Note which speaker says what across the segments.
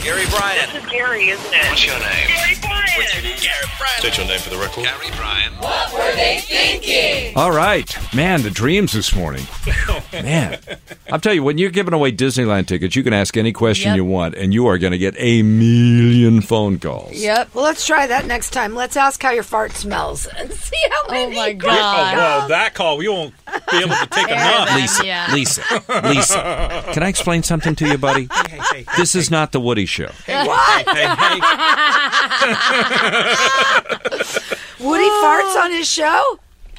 Speaker 1: Gary Bryan.
Speaker 2: This is Gary, isn't it?
Speaker 1: What's your name?
Speaker 2: Gary Bryan.
Speaker 1: Gary Bryan.
Speaker 3: State your name for the record.
Speaker 1: Gary Bryan.
Speaker 4: All right, man, the dreams this morning. Man, I'll tell you, when you're giving away Disneyland tickets, you can ask any question
Speaker 5: Yep.
Speaker 4: you want, and you are going to get a million phone calls.
Speaker 5: Yep.
Speaker 6: Well, let's try that next time. Let's ask how your fart smells and see how
Speaker 5: Oh
Speaker 6: many.
Speaker 5: my
Speaker 3: Oh,
Speaker 5: God.
Speaker 3: well, that call, we won't be able to take enough.
Speaker 5: Air
Speaker 4: Lisa,
Speaker 5: them, yeah.
Speaker 4: Lisa, Lisa, can I explain something to you, buddy? This is not the Woody Show.
Speaker 3: Hey, hey,
Speaker 6: Woody
Speaker 5: Oh.
Speaker 6: farts on his show.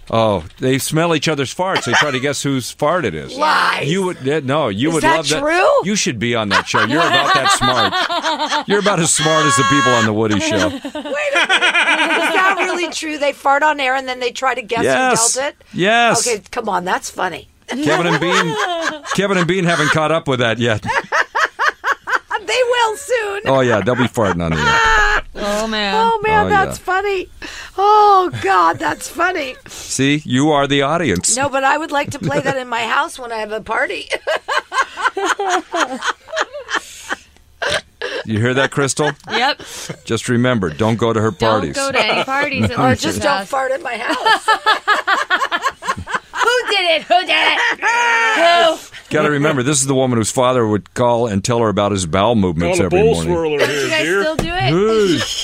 Speaker 4: Oh, they smell each other's farts. They try to guess whose fart it is.
Speaker 6: Lies.
Speaker 4: You would yeah, no. You
Speaker 6: Is
Speaker 4: would
Speaker 6: that
Speaker 4: love that.
Speaker 6: true?
Speaker 4: You should be on that show. You're about that smart. You're about as smart as the people on the Woody Show.
Speaker 6: Wait a minute. Is that really true? They fart on air and then they try to guess
Speaker 4: Yes.
Speaker 6: who dealt it?
Speaker 4: Yes.
Speaker 6: Okay, come on. That's funny.
Speaker 4: Kevin and Bean. Kevin and Bean haven't caught up with that yet.
Speaker 6: Uh, They will soon.
Speaker 4: Oh yeah, they'll be farting on the air.
Speaker 5: Oh, man.
Speaker 6: Oh, man,
Speaker 4: Oh,
Speaker 6: that's
Speaker 4: yeah.
Speaker 6: funny. Oh, God, that's funny.
Speaker 4: See, you are the audience.
Speaker 6: No, but I would like to play that in my house when I have a party.
Speaker 4: You hear that, Crystal?
Speaker 5: Yep.
Speaker 4: Just remember, don't go to her parties.
Speaker 5: Don't go to any parties.
Speaker 6: or just don't fart at my house.
Speaker 5: Who did it? Who did it? Who?
Speaker 4: Got to remember, this is the woman whose father would call and tell her about his bowel movements
Speaker 3: on a
Speaker 4: every
Speaker 3: bull
Speaker 4: morning.
Speaker 3: swirler here,
Speaker 5: You guys
Speaker 3: dear.
Speaker 5: still do it?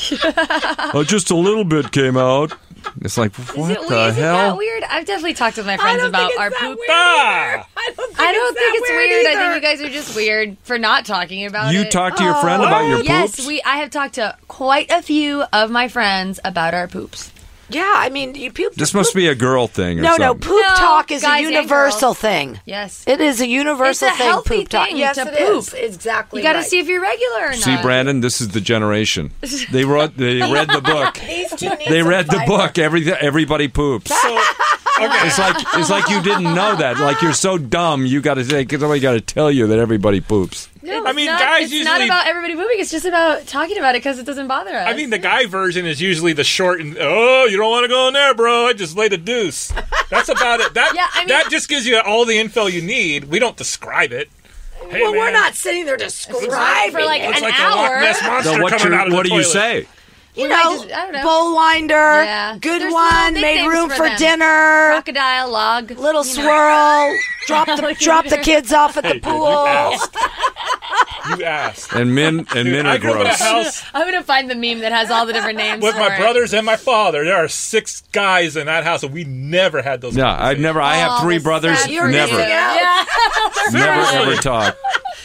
Speaker 4: Hey, uh, just a little bit came out. It's like what
Speaker 5: Is it,
Speaker 4: the
Speaker 5: is it
Speaker 4: hell?
Speaker 5: that weird? I've definitely talked with my
Speaker 6: I
Speaker 5: friends
Speaker 6: don't
Speaker 5: about
Speaker 6: think it's
Speaker 5: our
Speaker 6: that
Speaker 5: poop.
Speaker 6: weird
Speaker 3: Ah.
Speaker 6: either. I don't think
Speaker 5: I don't think
Speaker 6: that
Speaker 5: it's
Speaker 6: weird
Speaker 5: weird. I
Speaker 6: either.
Speaker 5: think you guys are just weird for not talking about
Speaker 4: You
Speaker 5: it. Oh,
Speaker 4: talk to your friend about your
Speaker 5: yes,
Speaker 4: poops.
Speaker 5: we. I have talked to quite a few of my friends about our poops.
Speaker 6: Yeah, I mean, you poop.
Speaker 4: this must be a girl thing. Or
Speaker 6: No, no,
Speaker 4: something.
Speaker 6: poop
Speaker 5: No,
Speaker 6: talk is a
Speaker 5: guys and
Speaker 6: universal
Speaker 5: girls.
Speaker 6: thing.
Speaker 5: Yes,
Speaker 6: It is a universal
Speaker 5: It's a
Speaker 6: thing.
Speaker 5: healthy
Speaker 6: poop talk.
Speaker 5: thing
Speaker 6: yes,
Speaker 5: to
Speaker 6: it is.
Speaker 5: poop.
Speaker 6: Exactly.
Speaker 5: you got to
Speaker 6: right.
Speaker 5: see if you're regular or not.
Speaker 4: See, Brandon, this is the generation. They wrote, they read the book.
Speaker 6: These two need
Speaker 4: They
Speaker 6: some
Speaker 4: read the
Speaker 6: fiber.
Speaker 4: book. Every everybody poops.
Speaker 3: So, okay.
Speaker 4: It's like it's like you didn't know that. Like you're so dumb. You got to say somebody got to tell you that everybody poops.
Speaker 5: No,
Speaker 3: I
Speaker 5: it's
Speaker 3: mean,
Speaker 5: not,
Speaker 3: guys
Speaker 5: it's not
Speaker 3: usually-
Speaker 5: about everybody moving. It's just about talking about it because it doesn't bother us.
Speaker 3: I mean, the guy version is usually the short and oh, you don't want to go in there, bro. I just laid a deuce. That's about it. That
Speaker 5: Yeah, I mean-
Speaker 3: that just gives you all the info you need. We don't describe it. Hey,
Speaker 6: Well, we're
Speaker 3: man,
Speaker 6: not sitting there describing
Speaker 5: for like
Speaker 6: it.
Speaker 3: Looks
Speaker 5: an
Speaker 3: like a
Speaker 5: hour.
Speaker 3: Loch Ness monster
Speaker 4: So what
Speaker 3: coming
Speaker 4: you
Speaker 3: out of
Speaker 4: what
Speaker 3: the
Speaker 4: do you
Speaker 3: toilet.
Speaker 4: say?
Speaker 6: you
Speaker 5: might
Speaker 6: know,
Speaker 5: just- I don't know.
Speaker 6: bowl winder,
Speaker 5: Yeah.
Speaker 6: good
Speaker 5: There's
Speaker 6: one,
Speaker 5: little
Speaker 6: made
Speaker 5: nicknames
Speaker 6: room
Speaker 5: for
Speaker 6: for,
Speaker 5: them.
Speaker 6: dinner,
Speaker 5: crocodile log,
Speaker 6: little
Speaker 5: you know.
Speaker 6: swirl, drop the drop the kids off at the
Speaker 3: Dude, you
Speaker 6: pool.
Speaker 3: asked. You asked.
Speaker 4: And men and men
Speaker 3: I
Speaker 4: are
Speaker 3: grew up in a
Speaker 4: gross.
Speaker 3: house
Speaker 5: I'm gonna find the meme that has all the different names
Speaker 3: with
Speaker 5: for
Speaker 3: my
Speaker 5: it.
Speaker 3: brothers and my father. There are six guys in that house, and we never had those.
Speaker 4: No, I've never. I have
Speaker 5: Oh,
Speaker 4: three
Speaker 5: the
Speaker 4: brothers.
Speaker 5: sad
Speaker 6: You're
Speaker 4: Never,
Speaker 6: missing
Speaker 4: never,
Speaker 6: out.
Speaker 5: Yeah.
Speaker 4: ever talk.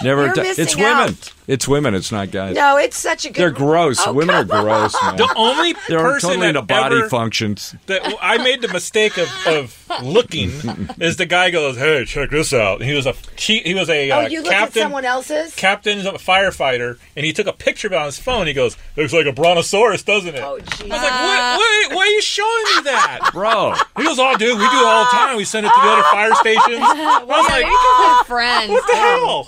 Speaker 4: Never.
Speaker 6: You're
Speaker 4: ta- it's
Speaker 6: missing
Speaker 4: women.
Speaker 6: out.
Speaker 4: It's women. It's not guys.
Speaker 6: No, it's such a good.
Speaker 4: They're gross.
Speaker 6: Oh,
Speaker 4: women are
Speaker 6: come
Speaker 4: gross. Man.
Speaker 3: The only
Speaker 4: They're
Speaker 3: person
Speaker 4: totally
Speaker 3: that
Speaker 4: into body
Speaker 3: ever,
Speaker 4: functions.
Speaker 3: that I made the mistake of, of looking is the guy goes, "Hey, check this out." He was a he, he was a
Speaker 6: Oh,
Speaker 3: uh,
Speaker 6: you look at
Speaker 3: captain
Speaker 6: someone else's.
Speaker 3: captain's a firefighter, and he took a picture of it on his phone. He goes, "Looks like a brontosaurus, doesn't it?"
Speaker 6: oh,
Speaker 3: I
Speaker 6: jeez.
Speaker 3: was like, "What? Wait, why are you showing me that?"
Speaker 4: Bro,
Speaker 3: He goes, "Oh, dude, we do it all the time. We send it to the other fire stations." I was like,
Speaker 5: Because they're friends.
Speaker 3: "What the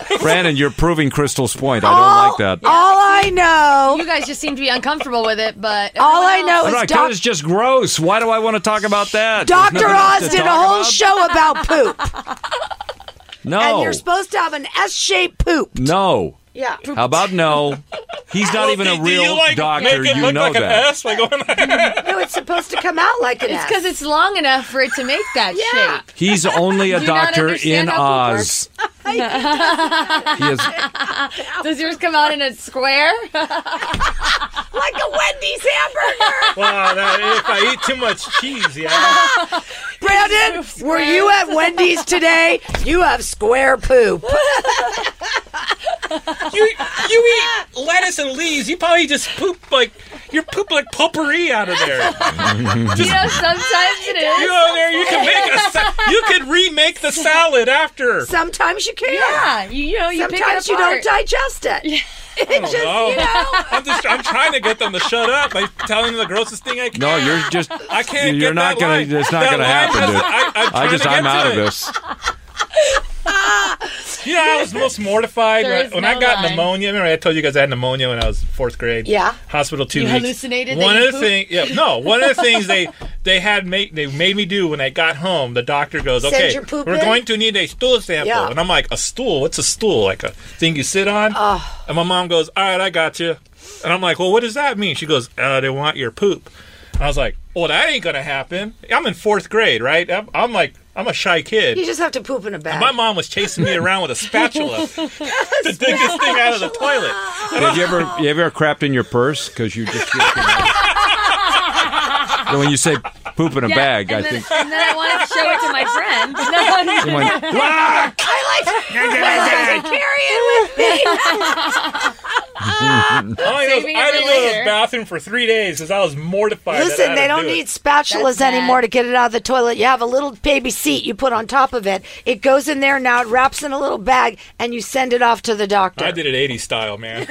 Speaker 3: hell?"
Speaker 4: Brandon, you're proving Crystal's point. I
Speaker 6: all,
Speaker 4: don't like that.
Speaker 6: All I know,
Speaker 5: You guys just seem to be uncomfortable with it, but
Speaker 6: all I
Speaker 5: everyone else-
Speaker 4: Right,
Speaker 6: know is
Speaker 4: 'cause
Speaker 6: doc-
Speaker 4: it's just gross. Why do I want to talk about that? There's
Speaker 6: Dr.
Speaker 4: nothing else
Speaker 6: Oz
Speaker 4: to
Speaker 6: did a
Speaker 4: talk
Speaker 6: whole
Speaker 4: about. Oh.
Speaker 6: show about poop,
Speaker 4: No,
Speaker 6: and you're supposed to have an S-shaped poop.
Speaker 4: no.
Speaker 6: Yeah.
Speaker 4: How about no? He's not even
Speaker 3: Do-
Speaker 4: a
Speaker 3: do
Speaker 4: real
Speaker 3: you, like,
Speaker 4: doctor.
Speaker 3: Make it
Speaker 4: You
Speaker 3: look
Speaker 4: know
Speaker 3: like
Speaker 4: that.
Speaker 3: An S? Like, going-
Speaker 6: No, it's supposed to come out like an
Speaker 5: It's
Speaker 6: S.
Speaker 5: because it's long enough for it to make that
Speaker 6: Yeah.
Speaker 5: shape.
Speaker 4: He's only a
Speaker 5: Do you not
Speaker 4: doctor in
Speaker 5: understand how poop
Speaker 4: Oz. he is
Speaker 5: Does yours come out in a square?
Speaker 6: like a Wendy's hamburger.
Speaker 3: wow, that, if I eat too much cheese, yeah.
Speaker 6: Brandon, were you at Wendy's today? You have square poop.
Speaker 3: You you eat lettuce and leaves. You probably just poop like you're pooping like potpourri out of there.
Speaker 5: you know, sometimes it
Speaker 3: You
Speaker 5: is.
Speaker 3: go there. You can make a. sa- You could remake the salad after.
Speaker 6: Sometimes you can.
Speaker 5: Yeah, you, you know, you
Speaker 6: Sometimes
Speaker 5: pick
Speaker 6: you
Speaker 5: it
Speaker 6: don't
Speaker 5: apart.
Speaker 6: digest it. It
Speaker 4: Oh,
Speaker 6: just,
Speaker 3: know.
Speaker 6: you know.
Speaker 3: Oh, I'm just. I'm trying to get them to shut up by telling them the grossest thing I can.
Speaker 4: no. You're just.
Speaker 3: I can't.
Speaker 4: You're
Speaker 3: get
Speaker 4: not
Speaker 3: that
Speaker 4: gonna-
Speaker 3: Line.
Speaker 4: it's not
Speaker 3: That
Speaker 4: gonna
Speaker 3: line
Speaker 4: happen,
Speaker 3: has-
Speaker 4: dude.
Speaker 3: I, I'm
Speaker 4: I
Speaker 3: trying
Speaker 4: just.
Speaker 3: to get
Speaker 4: I'm
Speaker 3: to
Speaker 4: out of
Speaker 3: it.
Speaker 4: this.
Speaker 3: You know, I was most mortified
Speaker 5: There
Speaker 3: when,
Speaker 5: is
Speaker 3: when
Speaker 5: no
Speaker 3: I got
Speaker 5: line.
Speaker 3: pneumonia. Remember, I told you guys I had pneumonia when I was fourth grade.
Speaker 6: Yeah.
Speaker 3: Hospital two
Speaker 5: You
Speaker 3: weeks.
Speaker 5: hallucinated that
Speaker 3: One
Speaker 5: you
Speaker 3: of the
Speaker 5: pooped?
Speaker 3: things. Yeah. No. One of the things they they had made they made me do when I got home. The doctor goes,
Speaker 6: Send
Speaker 3: "Okay,
Speaker 6: your poop
Speaker 3: we're
Speaker 6: in?"
Speaker 3: going to need a stool sample,"
Speaker 6: Yeah.
Speaker 3: and I'm like, "A stool? What's a stool? Like a thing you sit on?" And my mom goes, "All right, I got you," and I'm like, "Well, what does that mean?" She goes, uh, "They want your poop." And I was like, "Well, that ain't gonna happen." I'm in fourth grade, right? I'm, I'm like, I'm a shy kid.
Speaker 6: You just have to poop in a bag.
Speaker 3: My mom was chasing me around with a spatula to dig this thing out of the toilet.
Speaker 4: Have you ever you ever crapped in your purse because you just So when you say poop in a bag, I
Speaker 5: and then,
Speaker 4: think
Speaker 5: And then I wanted to show it to my friend. No, I'm-
Speaker 4: you went, "Look!"
Speaker 6: carry it with
Speaker 3: All I know is
Speaker 5: Saving it
Speaker 3: I
Speaker 5: for
Speaker 3: didn't go to the
Speaker 5: later.
Speaker 3: bathme for three days because I was mortified. that I
Speaker 6: Listen,
Speaker 3: had
Speaker 6: they
Speaker 3: to
Speaker 6: don't
Speaker 3: do
Speaker 6: need
Speaker 3: It.
Speaker 6: spatulas
Speaker 5: That's
Speaker 6: anymore
Speaker 5: bad.
Speaker 6: to get it out of the toilet. You have a little baby seat you put on top of it. It goes in there now, it wraps in a little bag, and you send it off to the doctor.
Speaker 3: I did it 80 style, man.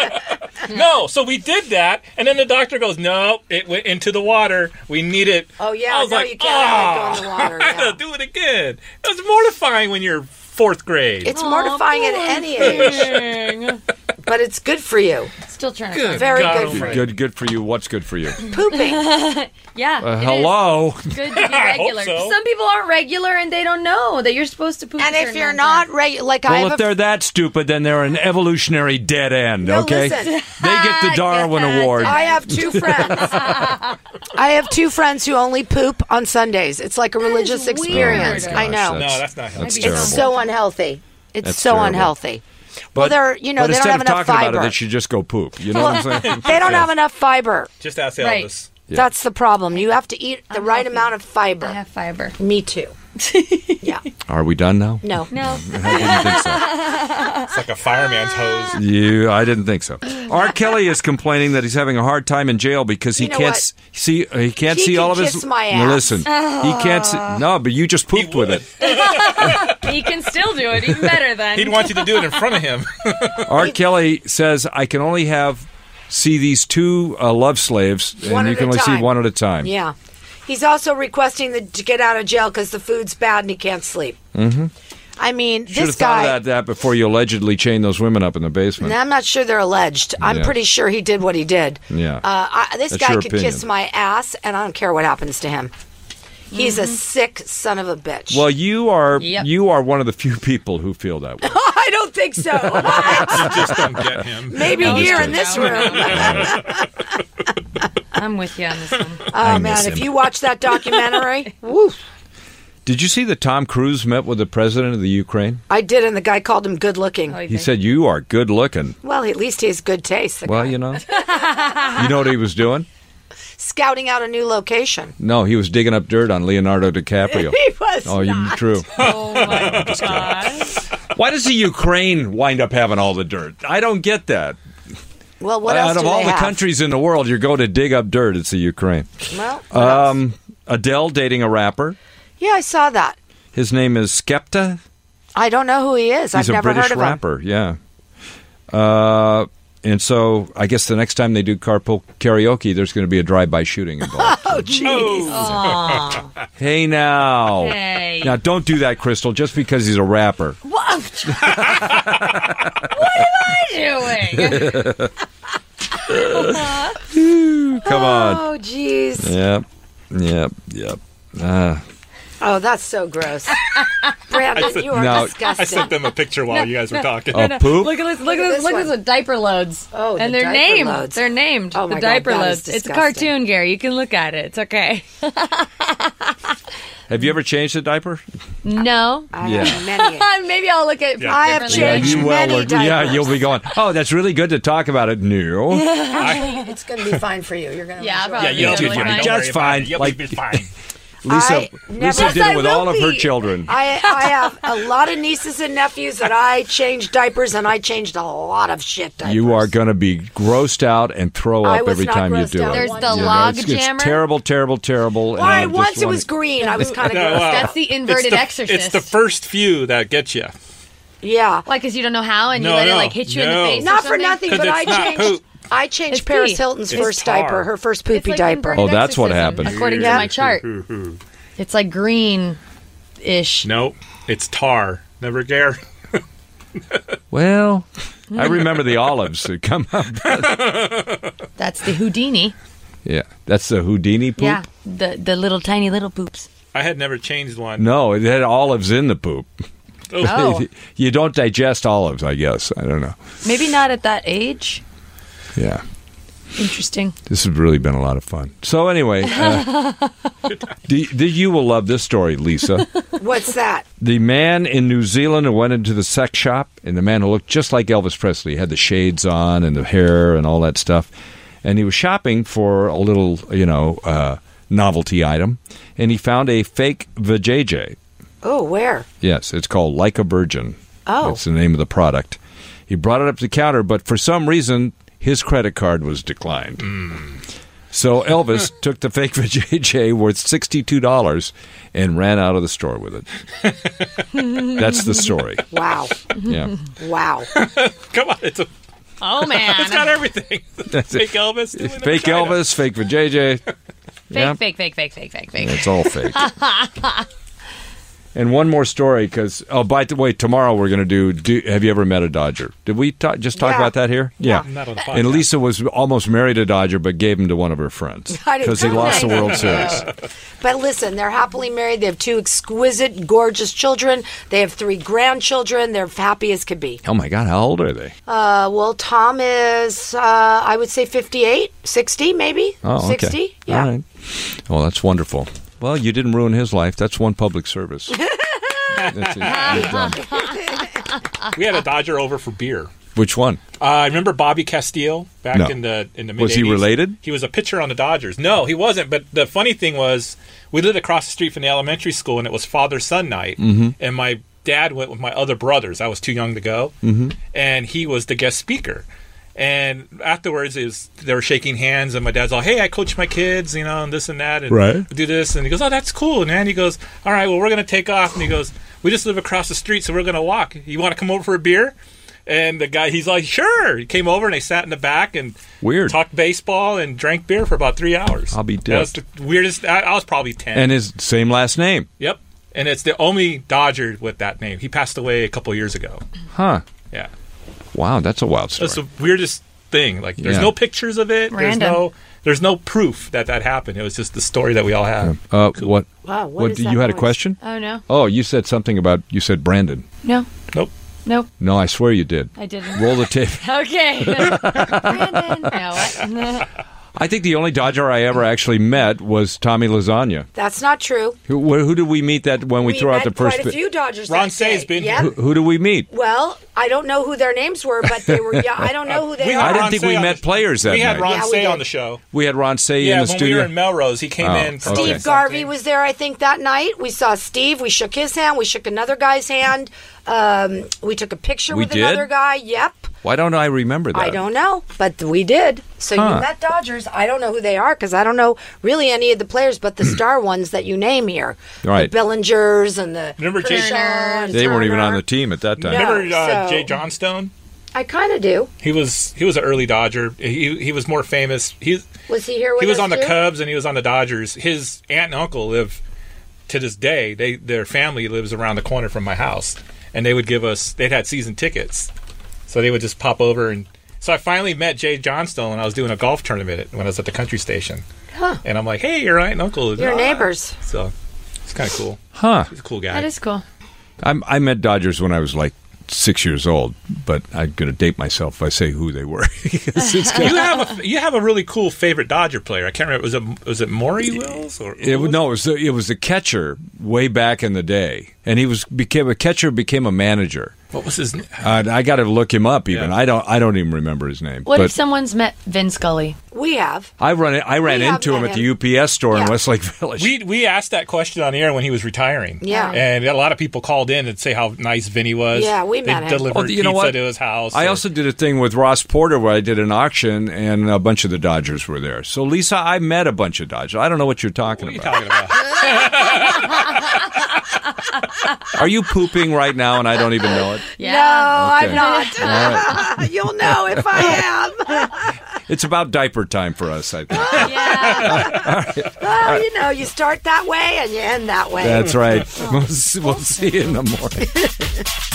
Speaker 3: no, so we did that, and then the doctor goes, "No, it went into the water. We need it."
Speaker 6: Oh, yeah,
Speaker 3: I was
Speaker 6: no,
Speaker 3: like,
Speaker 6: you can't let
Speaker 3: "Oh,
Speaker 6: it go in the water,
Speaker 3: I had to do it again. It was mortifying when you're fourth grade.
Speaker 6: It's mortifying at any age,
Speaker 5: Dang.
Speaker 6: but it's good for you.
Speaker 5: Still trying to.
Speaker 3: Good
Speaker 6: very
Speaker 3: God
Speaker 6: good.
Speaker 3: Almighty.
Speaker 4: Good, good for you. What's good for you?
Speaker 6: Pooping.
Speaker 5: Yeah.
Speaker 4: Uh,
Speaker 5: it is
Speaker 4: hello.
Speaker 5: Good to be
Speaker 3: I hope
Speaker 5: regular.
Speaker 3: so.
Speaker 5: Some people aren't regular and they don't know that you're supposed to poop.
Speaker 6: and
Speaker 5: a
Speaker 6: if
Speaker 5: certain
Speaker 6: you're
Speaker 5: amount
Speaker 6: not
Speaker 5: of
Speaker 6: regular, like I
Speaker 4: Well,
Speaker 6: have
Speaker 4: if
Speaker 6: a
Speaker 4: they're that stupid, then they're an evolutionary dead end.
Speaker 6: No,
Speaker 4: okay,
Speaker 6: listen. Ah,
Speaker 4: they get the Darwin
Speaker 5: Yeah,
Speaker 4: Award.
Speaker 6: I have two friends. I have two friends who only poop on Sundays. It's like a religious
Speaker 5: weird.
Speaker 6: experience.
Speaker 5: Oh
Speaker 4: my
Speaker 6: I
Speaker 4: gosh,
Speaker 6: know.
Speaker 3: no, that's not healthy.
Speaker 4: That's
Speaker 5: Maybe
Speaker 4: terrible.
Speaker 6: It's so unhealthy. It's
Speaker 4: That's
Speaker 6: so
Speaker 4: terrible.
Speaker 6: unhealthy.
Speaker 4: but
Speaker 6: they're- you know,
Speaker 4: but
Speaker 6: they don't
Speaker 4: instead
Speaker 6: have
Speaker 4: of
Speaker 6: enough
Speaker 4: talking about
Speaker 6: fiber.
Speaker 4: it, they should just go poop. You know what I'm saying?
Speaker 6: They don't have enough fiber.
Speaker 3: Just ask
Speaker 5: Right.
Speaker 3: Elvis.
Speaker 6: That's the problem. You have to eat the right amount of fiber.
Speaker 5: I have fiber.
Speaker 6: Me too. yeah.
Speaker 4: Are we done now?
Speaker 6: No.
Speaker 5: No.
Speaker 4: I didn't think so.
Speaker 3: It's like a fireman's hose.
Speaker 4: You, I didn't think so. R. Kelly is complaining that he's having a hard time in jail because he
Speaker 6: You know
Speaker 4: can't
Speaker 6: what?
Speaker 4: s- see. He can't
Speaker 6: He
Speaker 4: see
Speaker 6: can
Speaker 4: all of his.
Speaker 6: kiss my ass.
Speaker 4: Listen, he can't. See, no, but you just pooped with it.
Speaker 5: He can still do it even better then.
Speaker 3: He'd want you to do it in front of him.
Speaker 4: R. Kelly says, "I can only have see these two uh, love slaves,
Speaker 6: One
Speaker 4: and you
Speaker 6: at
Speaker 4: can
Speaker 6: a
Speaker 4: only see
Speaker 6: time."
Speaker 4: one at a time."
Speaker 6: Yeah. He's also requesting the, to get out of jail because the food's bad and he can't sleep. Mm-hmm. I mean,
Speaker 4: Should
Speaker 6: this
Speaker 4: have thought
Speaker 6: guy.
Speaker 4: about that before you allegedly chained those women up in the basement.
Speaker 6: Now, I'm not sure they're alleged. I'm
Speaker 4: Yeah.
Speaker 6: pretty sure he did what he did.
Speaker 4: Yeah.
Speaker 6: Uh, I, this
Speaker 4: That's
Speaker 6: guy
Speaker 4: your
Speaker 6: could
Speaker 4: opinion.
Speaker 6: kiss my ass, and I don't care what happens to him. He's
Speaker 5: Mm-hmm.
Speaker 6: a sick son of a bitch.
Speaker 4: Well, you are
Speaker 5: Yep.
Speaker 4: you are one of the few people who feel that way.
Speaker 6: I don't think so. What?
Speaker 3: Just don't get him.
Speaker 6: Maybe
Speaker 5: No,
Speaker 6: here
Speaker 4: he's
Speaker 6: in this
Speaker 5: good.
Speaker 6: room.
Speaker 5: I'm with you on this one.
Speaker 6: Oh
Speaker 4: miss
Speaker 6: man, if
Speaker 4: him.
Speaker 6: you watch that documentary, woo,
Speaker 4: Did you see that Tom Cruise met with the president of the Ukraine?
Speaker 6: I did, and the guy called him good looking.
Speaker 5: Oh,
Speaker 4: He said, "You are good looking."
Speaker 6: Well, at least he has good taste. The
Speaker 4: Well,
Speaker 6: guy.
Speaker 4: you know, you know what he was doing.
Speaker 6: Scouting out a new location.
Speaker 4: No, he was digging up dirt on Leonardo DiCaprio.
Speaker 6: He was.
Speaker 4: oh, you true.
Speaker 5: Oh my god.
Speaker 4: Why does the Ukraine wind up having all the dirt? I don't get that.
Speaker 6: Well, what else
Speaker 4: Out of
Speaker 6: do
Speaker 4: all
Speaker 6: they
Speaker 4: the
Speaker 6: have?
Speaker 4: countries in the world, you go to dig up dirt, it's the Ukraine.
Speaker 6: Well, what else?
Speaker 4: Um, Adele dating a rapper.
Speaker 6: yeah, I saw that.
Speaker 4: His name is Skepta.
Speaker 6: I don't know who he is.
Speaker 4: He's
Speaker 6: I've
Speaker 4: a
Speaker 6: never
Speaker 4: British
Speaker 6: heard of him.
Speaker 4: rapper. Yeah. Uh, and so I guess the next time they do carpool karaoke, there's going to be a drive-by shooting involved.
Speaker 6: Oh, jeez.
Speaker 4: hey now,
Speaker 5: Hey.
Speaker 4: now don't do that, Crystal. Just because he's a rapper.
Speaker 5: What, what am I doing?
Speaker 4: Come on.
Speaker 6: Oh, jeez.
Speaker 4: Yep. Yep. Yep. Uh,
Speaker 6: Oh, that's so gross. Brandon, you are
Speaker 4: No.
Speaker 3: I
Speaker 6: disgusting.
Speaker 3: sent them a picture while you guys were talking.
Speaker 4: a oh, poop.
Speaker 5: Look at this! Look at this! Look at
Speaker 6: one.
Speaker 5: this! With diaper loads.
Speaker 6: Oh, the
Speaker 5: and they're
Speaker 6: diaper
Speaker 5: named.
Speaker 6: loads.
Speaker 5: They're named.
Speaker 6: Oh,
Speaker 5: the
Speaker 6: my God,
Speaker 5: diaper
Speaker 6: that is
Speaker 5: loads. It's a
Speaker 6: disgusting.
Speaker 5: cartoon, Gary. You can look at it. It's okay.
Speaker 4: Have you ever changed a diaper?
Speaker 5: No.
Speaker 6: Uh, I
Speaker 4: Yeah.
Speaker 6: have many.
Speaker 5: Maybe I'll look at. it
Speaker 3: Yeah.
Speaker 6: I have
Speaker 5: differently.
Speaker 6: changed
Speaker 4: you
Speaker 6: many
Speaker 4: would.
Speaker 6: diapers.
Speaker 4: Yeah, you'll be going. Oh, that's really good to talk about it. No,
Speaker 6: It's going to be fine for you. You're going to
Speaker 5: Yeah,
Speaker 6: enjoy
Speaker 5: probably.
Speaker 6: it.
Speaker 5: Yeah,
Speaker 3: you'll be
Speaker 5: Totally
Speaker 3: fine.
Speaker 5: fine.
Speaker 3: Don't
Speaker 4: Just
Speaker 3: worry about
Speaker 4: fine.
Speaker 3: it. You'll
Speaker 4: Like-
Speaker 3: be fine.
Speaker 4: Lisa.
Speaker 6: I
Speaker 4: Lisa
Speaker 6: never-
Speaker 4: did
Speaker 5: Yes,
Speaker 4: it
Speaker 5: I
Speaker 4: with
Speaker 5: will
Speaker 4: all of her
Speaker 5: be.
Speaker 4: children.
Speaker 6: I, I have a lot of nieces and nephews that I changed diapers, and I changed a lot of shit diapers.
Speaker 4: You are going to be grossed out and throw
Speaker 6: I
Speaker 4: up
Speaker 6: was
Speaker 4: every
Speaker 6: not
Speaker 4: time you
Speaker 6: grossed
Speaker 4: do
Speaker 6: out
Speaker 4: it.
Speaker 5: There's
Speaker 4: You
Speaker 5: the
Speaker 4: know,
Speaker 5: log
Speaker 4: it's,
Speaker 5: jammer.
Speaker 4: It's terrible, terrible, terrible. and I
Speaker 6: Why?
Speaker 4: just
Speaker 6: Once it
Speaker 4: wanna-
Speaker 6: was green. I was kind of
Speaker 3: No,
Speaker 6: grossed
Speaker 3: uh,
Speaker 6: out.
Speaker 5: That's the inverted
Speaker 3: it's the,
Speaker 5: exorcist.
Speaker 3: It's the first few that get you.
Speaker 6: Yeah.
Speaker 5: Why? Because you don't know how, and you
Speaker 3: No,
Speaker 5: let it
Speaker 3: no,
Speaker 5: like hit you in
Speaker 3: no.
Speaker 5: the face. or
Speaker 6: Not for
Speaker 5: something?
Speaker 6: nothing,
Speaker 3: 'Cause
Speaker 6: but
Speaker 3: it's
Speaker 6: I
Speaker 3: not
Speaker 6: changed.
Speaker 3: poop.
Speaker 6: I changed
Speaker 5: It's
Speaker 6: Paris
Speaker 5: pee.
Speaker 6: Hilton's
Speaker 3: It's
Speaker 6: first
Speaker 3: tar.
Speaker 6: diaper, her first
Speaker 5: It's
Speaker 6: poopy
Speaker 5: like
Speaker 6: diaper.
Speaker 5: inverted
Speaker 4: Oh, that's what
Speaker 5: exorcism,
Speaker 4: happened.
Speaker 5: According
Speaker 6: Yeah.
Speaker 5: to my chart, it's like green ish.
Speaker 3: Nope. It's tar. Never care.
Speaker 4: Well, I remember the olives that come up.
Speaker 5: That's the Houdini.
Speaker 4: Yeah. That's the Houdini poop?
Speaker 5: Yeah, the the little tiny little poops.
Speaker 3: I had never changed one.
Speaker 4: No, it had olives in the poop.
Speaker 5: Oh,
Speaker 4: you don't digest olives, I guess. I don't know.
Speaker 5: maybe not at that age.
Speaker 4: Yeah.
Speaker 5: Interesting.
Speaker 4: This has really been a lot of fun. So anyway, uh, the, the, you will love this story, Lisa.
Speaker 6: What's that?
Speaker 4: The man in New Zealand who went into the sex shop, and the man who looked just like Elvis Presley had the shades on and the hair and all that stuff, and he was shopping for a little, you know, uh, novelty item, and he found a fake vajayjay.
Speaker 6: Oh, where?
Speaker 4: Yes, it's called Like a Virgin.
Speaker 6: Oh.
Speaker 4: That's the name of the product. He brought it up to the counter, but for some reason, his credit card was declined. So Elvis took the fake JJ worth $62 and ran out of the store with it. That's the story.
Speaker 6: Wow.
Speaker 4: Yeah.
Speaker 6: Wow.
Speaker 3: Come on, it's, a,
Speaker 5: Oh man,
Speaker 3: it's got everything.
Speaker 4: That's it.
Speaker 3: Fake Elvis. doing it
Speaker 4: Fake
Speaker 3: in China.
Speaker 4: Elvis, fake JJ.
Speaker 5: fake,
Speaker 4: Yeah.
Speaker 5: fake, fake, fake, fake, fake, fake.
Speaker 4: It's all fake. and one more story, because oh, by the way, tomorrow we're going to do, do. Have you ever met a Dodger? Did we ta- just talk
Speaker 6: Yeah.
Speaker 4: about that here? Yeah.
Speaker 3: Not on the podcast.
Speaker 4: And Lisa was almost married to Dodger, but gave him to one of her friends
Speaker 6: I didn't
Speaker 4: because he
Speaker 6: know
Speaker 4: lost the
Speaker 6: that.
Speaker 4: World Series.
Speaker 6: But listen, they're happily married. They have two exquisite, gorgeous children. They have three grandchildren. They're happy as could be.
Speaker 4: Oh my God, how old are they?
Speaker 6: Uh, well, Tom is, uh, I would say 58, 60 maybe.
Speaker 4: Oh, okay.
Speaker 6: 60. Yeah.
Speaker 4: All right. Well, that's wonderful. Well, you didn't ruin his life. That's one public service. That's it. You're done.
Speaker 3: We had a Dodger over for beer.
Speaker 4: Which one?
Speaker 3: Uh, I remember Bobby Castile back
Speaker 4: No.
Speaker 3: in the in the mid.
Speaker 4: Was he related?
Speaker 3: He was a pitcher on the Dodgers. No, he wasn't. But the funny thing was, we lived across the street from the elementary school, and it was father son night. And my dad went with my other brothers. I was too young to go, mm-hmm. and he was the guest speaker. And afterwards, is they were shaking hands, and my dad's all, "Hey, I coach my kids, you know, and this and that, and
Speaker 4: Right.
Speaker 3: do this." And he goes, "Oh, that's cool." And then he goes, "All right, well, we're gonna take off." And he goes, "We just live across the street, so we're gonna walk. You want to come over for a beer?" And the guy, he's like, "Sure." He came over, and they sat in the back and
Speaker 4: Weird.
Speaker 3: talked baseball and drank beer for about three hours.
Speaker 4: I'll be
Speaker 3: That was the weirdest. I, I was probably ten.
Speaker 4: And his same last name.
Speaker 3: yep. And it's the only Dodger with that name. He passed away a couple years ago.
Speaker 4: Huh.
Speaker 3: Yeah.
Speaker 4: Wow, that's a wild story.
Speaker 3: That's the weirdest thing. Like, there's
Speaker 4: Yeah.
Speaker 3: no pictures of it.
Speaker 5: Random.
Speaker 3: There's no. There's no proof that that happened. It was just the story that we all have.
Speaker 4: uh, what?
Speaker 6: Wow, what is
Speaker 4: do-
Speaker 6: that
Speaker 4: you had a
Speaker 6: noise?
Speaker 4: question?
Speaker 5: Oh no,
Speaker 4: Oh, you said something about you said Brandon.
Speaker 5: no,
Speaker 3: Nope.
Speaker 5: nope,
Speaker 4: No, I swear you did.
Speaker 5: I didn't.
Speaker 4: Roll the tape.
Speaker 5: Okay, Brandon. No, what?
Speaker 4: I think the only Dodger I ever actually met was Tommy Lasagna.
Speaker 6: That's not true.
Speaker 4: Who, wh- who did we meet that when we,
Speaker 6: We
Speaker 4: threw out
Speaker 6: met
Speaker 4: the first?
Speaker 6: quite a
Speaker 4: pi-
Speaker 6: few Dodgers.
Speaker 3: Ron
Speaker 6: that day.
Speaker 3: Say's been
Speaker 6: Yep.
Speaker 4: who, who did we meet?
Speaker 6: Well, I don't know who their names were, but they were. Yeah, I don't know who they
Speaker 3: We
Speaker 6: are.
Speaker 3: had
Speaker 4: I didn't
Speaker 3: Ron
Speaker 4: think
Speaker 3: Say
Speaker 4: we
Speaker 3: on
Speaker 4: met
Speaker 3: the-
Speaker 4: players that
Speaker 3: we had
Speaker 4: night.
Speaker 3: Ron
Speaker 6: Yeah, we
Speaker 3: Say on
Speaker 6: did.
Speaker 3: the show.
Speaker 4: We had Ron Say
Speaker 3: yeah,
Speaker 4: in the
Speaker 3: when
Speaker 4: studio.
Speaker 3: we were in Melrose, he came
Speaker 4: Oh,
Speaker 3: in. For
Speaker 4: okay.
Speaker 6: Steve
Speaker 3: something.
Speaker 6: Garvey was there, I think, that night. We saw Steve. We shook his hand. We shook another guy's hand. Um, we took a picture
Speaker 4: We
Speaker 6: with
Speaker 4: did?
Speaker 6: another guy. Yep.
Speaker 4: Why don't I remember that?
Speaker 6: I don't know, but we did. So
Speaker 4: Huh.
Speaker 6: you met Dodgers. I don't know who they are because I don't know really any of the players, but the star ones that you name here,
Speaker 4: Right.
Speaker 6: the Billingers and the
Speaker 3: Remember Jay-
Speaker 6: Kershaw and
Speaker 4: They weren't even
Speaker 6: Turner.
Speaker 4: on the team at that time.
Speaker 6: No.
Speaker 3: Remember uh,
Speaker 6: so-
Speaker 3: Jay Johnstone?
Speaker 6: I kind of do.
Speaker 3: He was he was an early Dodger. He he was more famous. He
Speaker 6: Was he here? With
Speaker 3: he was
Speaker 6: us
Speaker 3: on the
Speaker 6: too?
Speaker 3: Cubs and he was on the Dodgers. His aunt and uncle live to this day. They their family lives around the corner from my house, and they would give us. They'd had season tickets, so they would just pop over and. So I finally met Jay Johnstone when I was doing a golf tournament at- when I was at the country station, and I'm like, "Hey, your aunt and uncle,
Speaker 6: Your
Speaker 3: Ah.
Speaker 6: neighbors.
Speaker 3: So it's kind of cool.
Speaker 4: Huh.
Speaker 3: He's a cool guy.
Speaker 5: That is cool.
Speaker 4: I'm, I met Dodgers when I was like six years old, but I'm going to date myself if I say who they were. 'Cause it's
Speaker 3: you
Speaker 4: gonna-
Speaker 3: have a you have a really cool favorite Dodger player. I can't remember. Was it was it Maury Wills or
Speaker 4: it, no, it was, the, it was the catcher way back in the day, and he was became a catcher became a manager.
Speaker 3: what was his name?
Speaker 4: Uh, I got to look him up. Even
Speaker 3: Yeah.
Speaker 4: I don't I don't even remember his name.
Speaker 5: What
Speaker 4: but
Speaker 5: if someone's met Vin Scully?
Speaker 6: We have.
Speaker 4: I run I ran
Speaker 6: We have
Speaker 4: into him
Speaker 6: met
Speaker 4: at
Speaker 6: him.
Speaker 4: the UPS store in
Speaker 6: Yeah.
Speaker 4: Westlake Village.
Speaker 3: We we asked that question on air when he was retiring.
Speaker 6: Yeah.
Speaker 3: and a lot of people called in and say how nice Vinny was.
Speaker 6: Yeah, we
Speaker 3: they
Speaker 6: met him.
Speaker 3: Delivered
Speaker 4: Oh, you
Speaker 3: pizza
Speaker 4: know what?
Speaker 3: to his house.
Speaker 4: I
Speaker 3: or-
Speaker 4: also did a thing with Ross Porter where I did an auction and a bunch of the Dodgers were there. So Lisa, I met a bunch of Dodgers. I don't know what you're talking
Speaker 3: What are you
Speaker 4: about.
Speaker 3: talking about?
Speaker 4: Are you pooping right now and I don't even know it?
Speaker 6: No,
Speaker 4: Okay.
Speaker 6: I'm not.
Speaker 4: All right.
Speaker 6: You'll know if I am.
Speaker 4: It's about diaper time for us, I think.
Speaker 5: Yeah.
Speaker 6: well, you know, you start that way and you end that way.
Speaker 4: That's right. We'll s- we'll see you in the morning.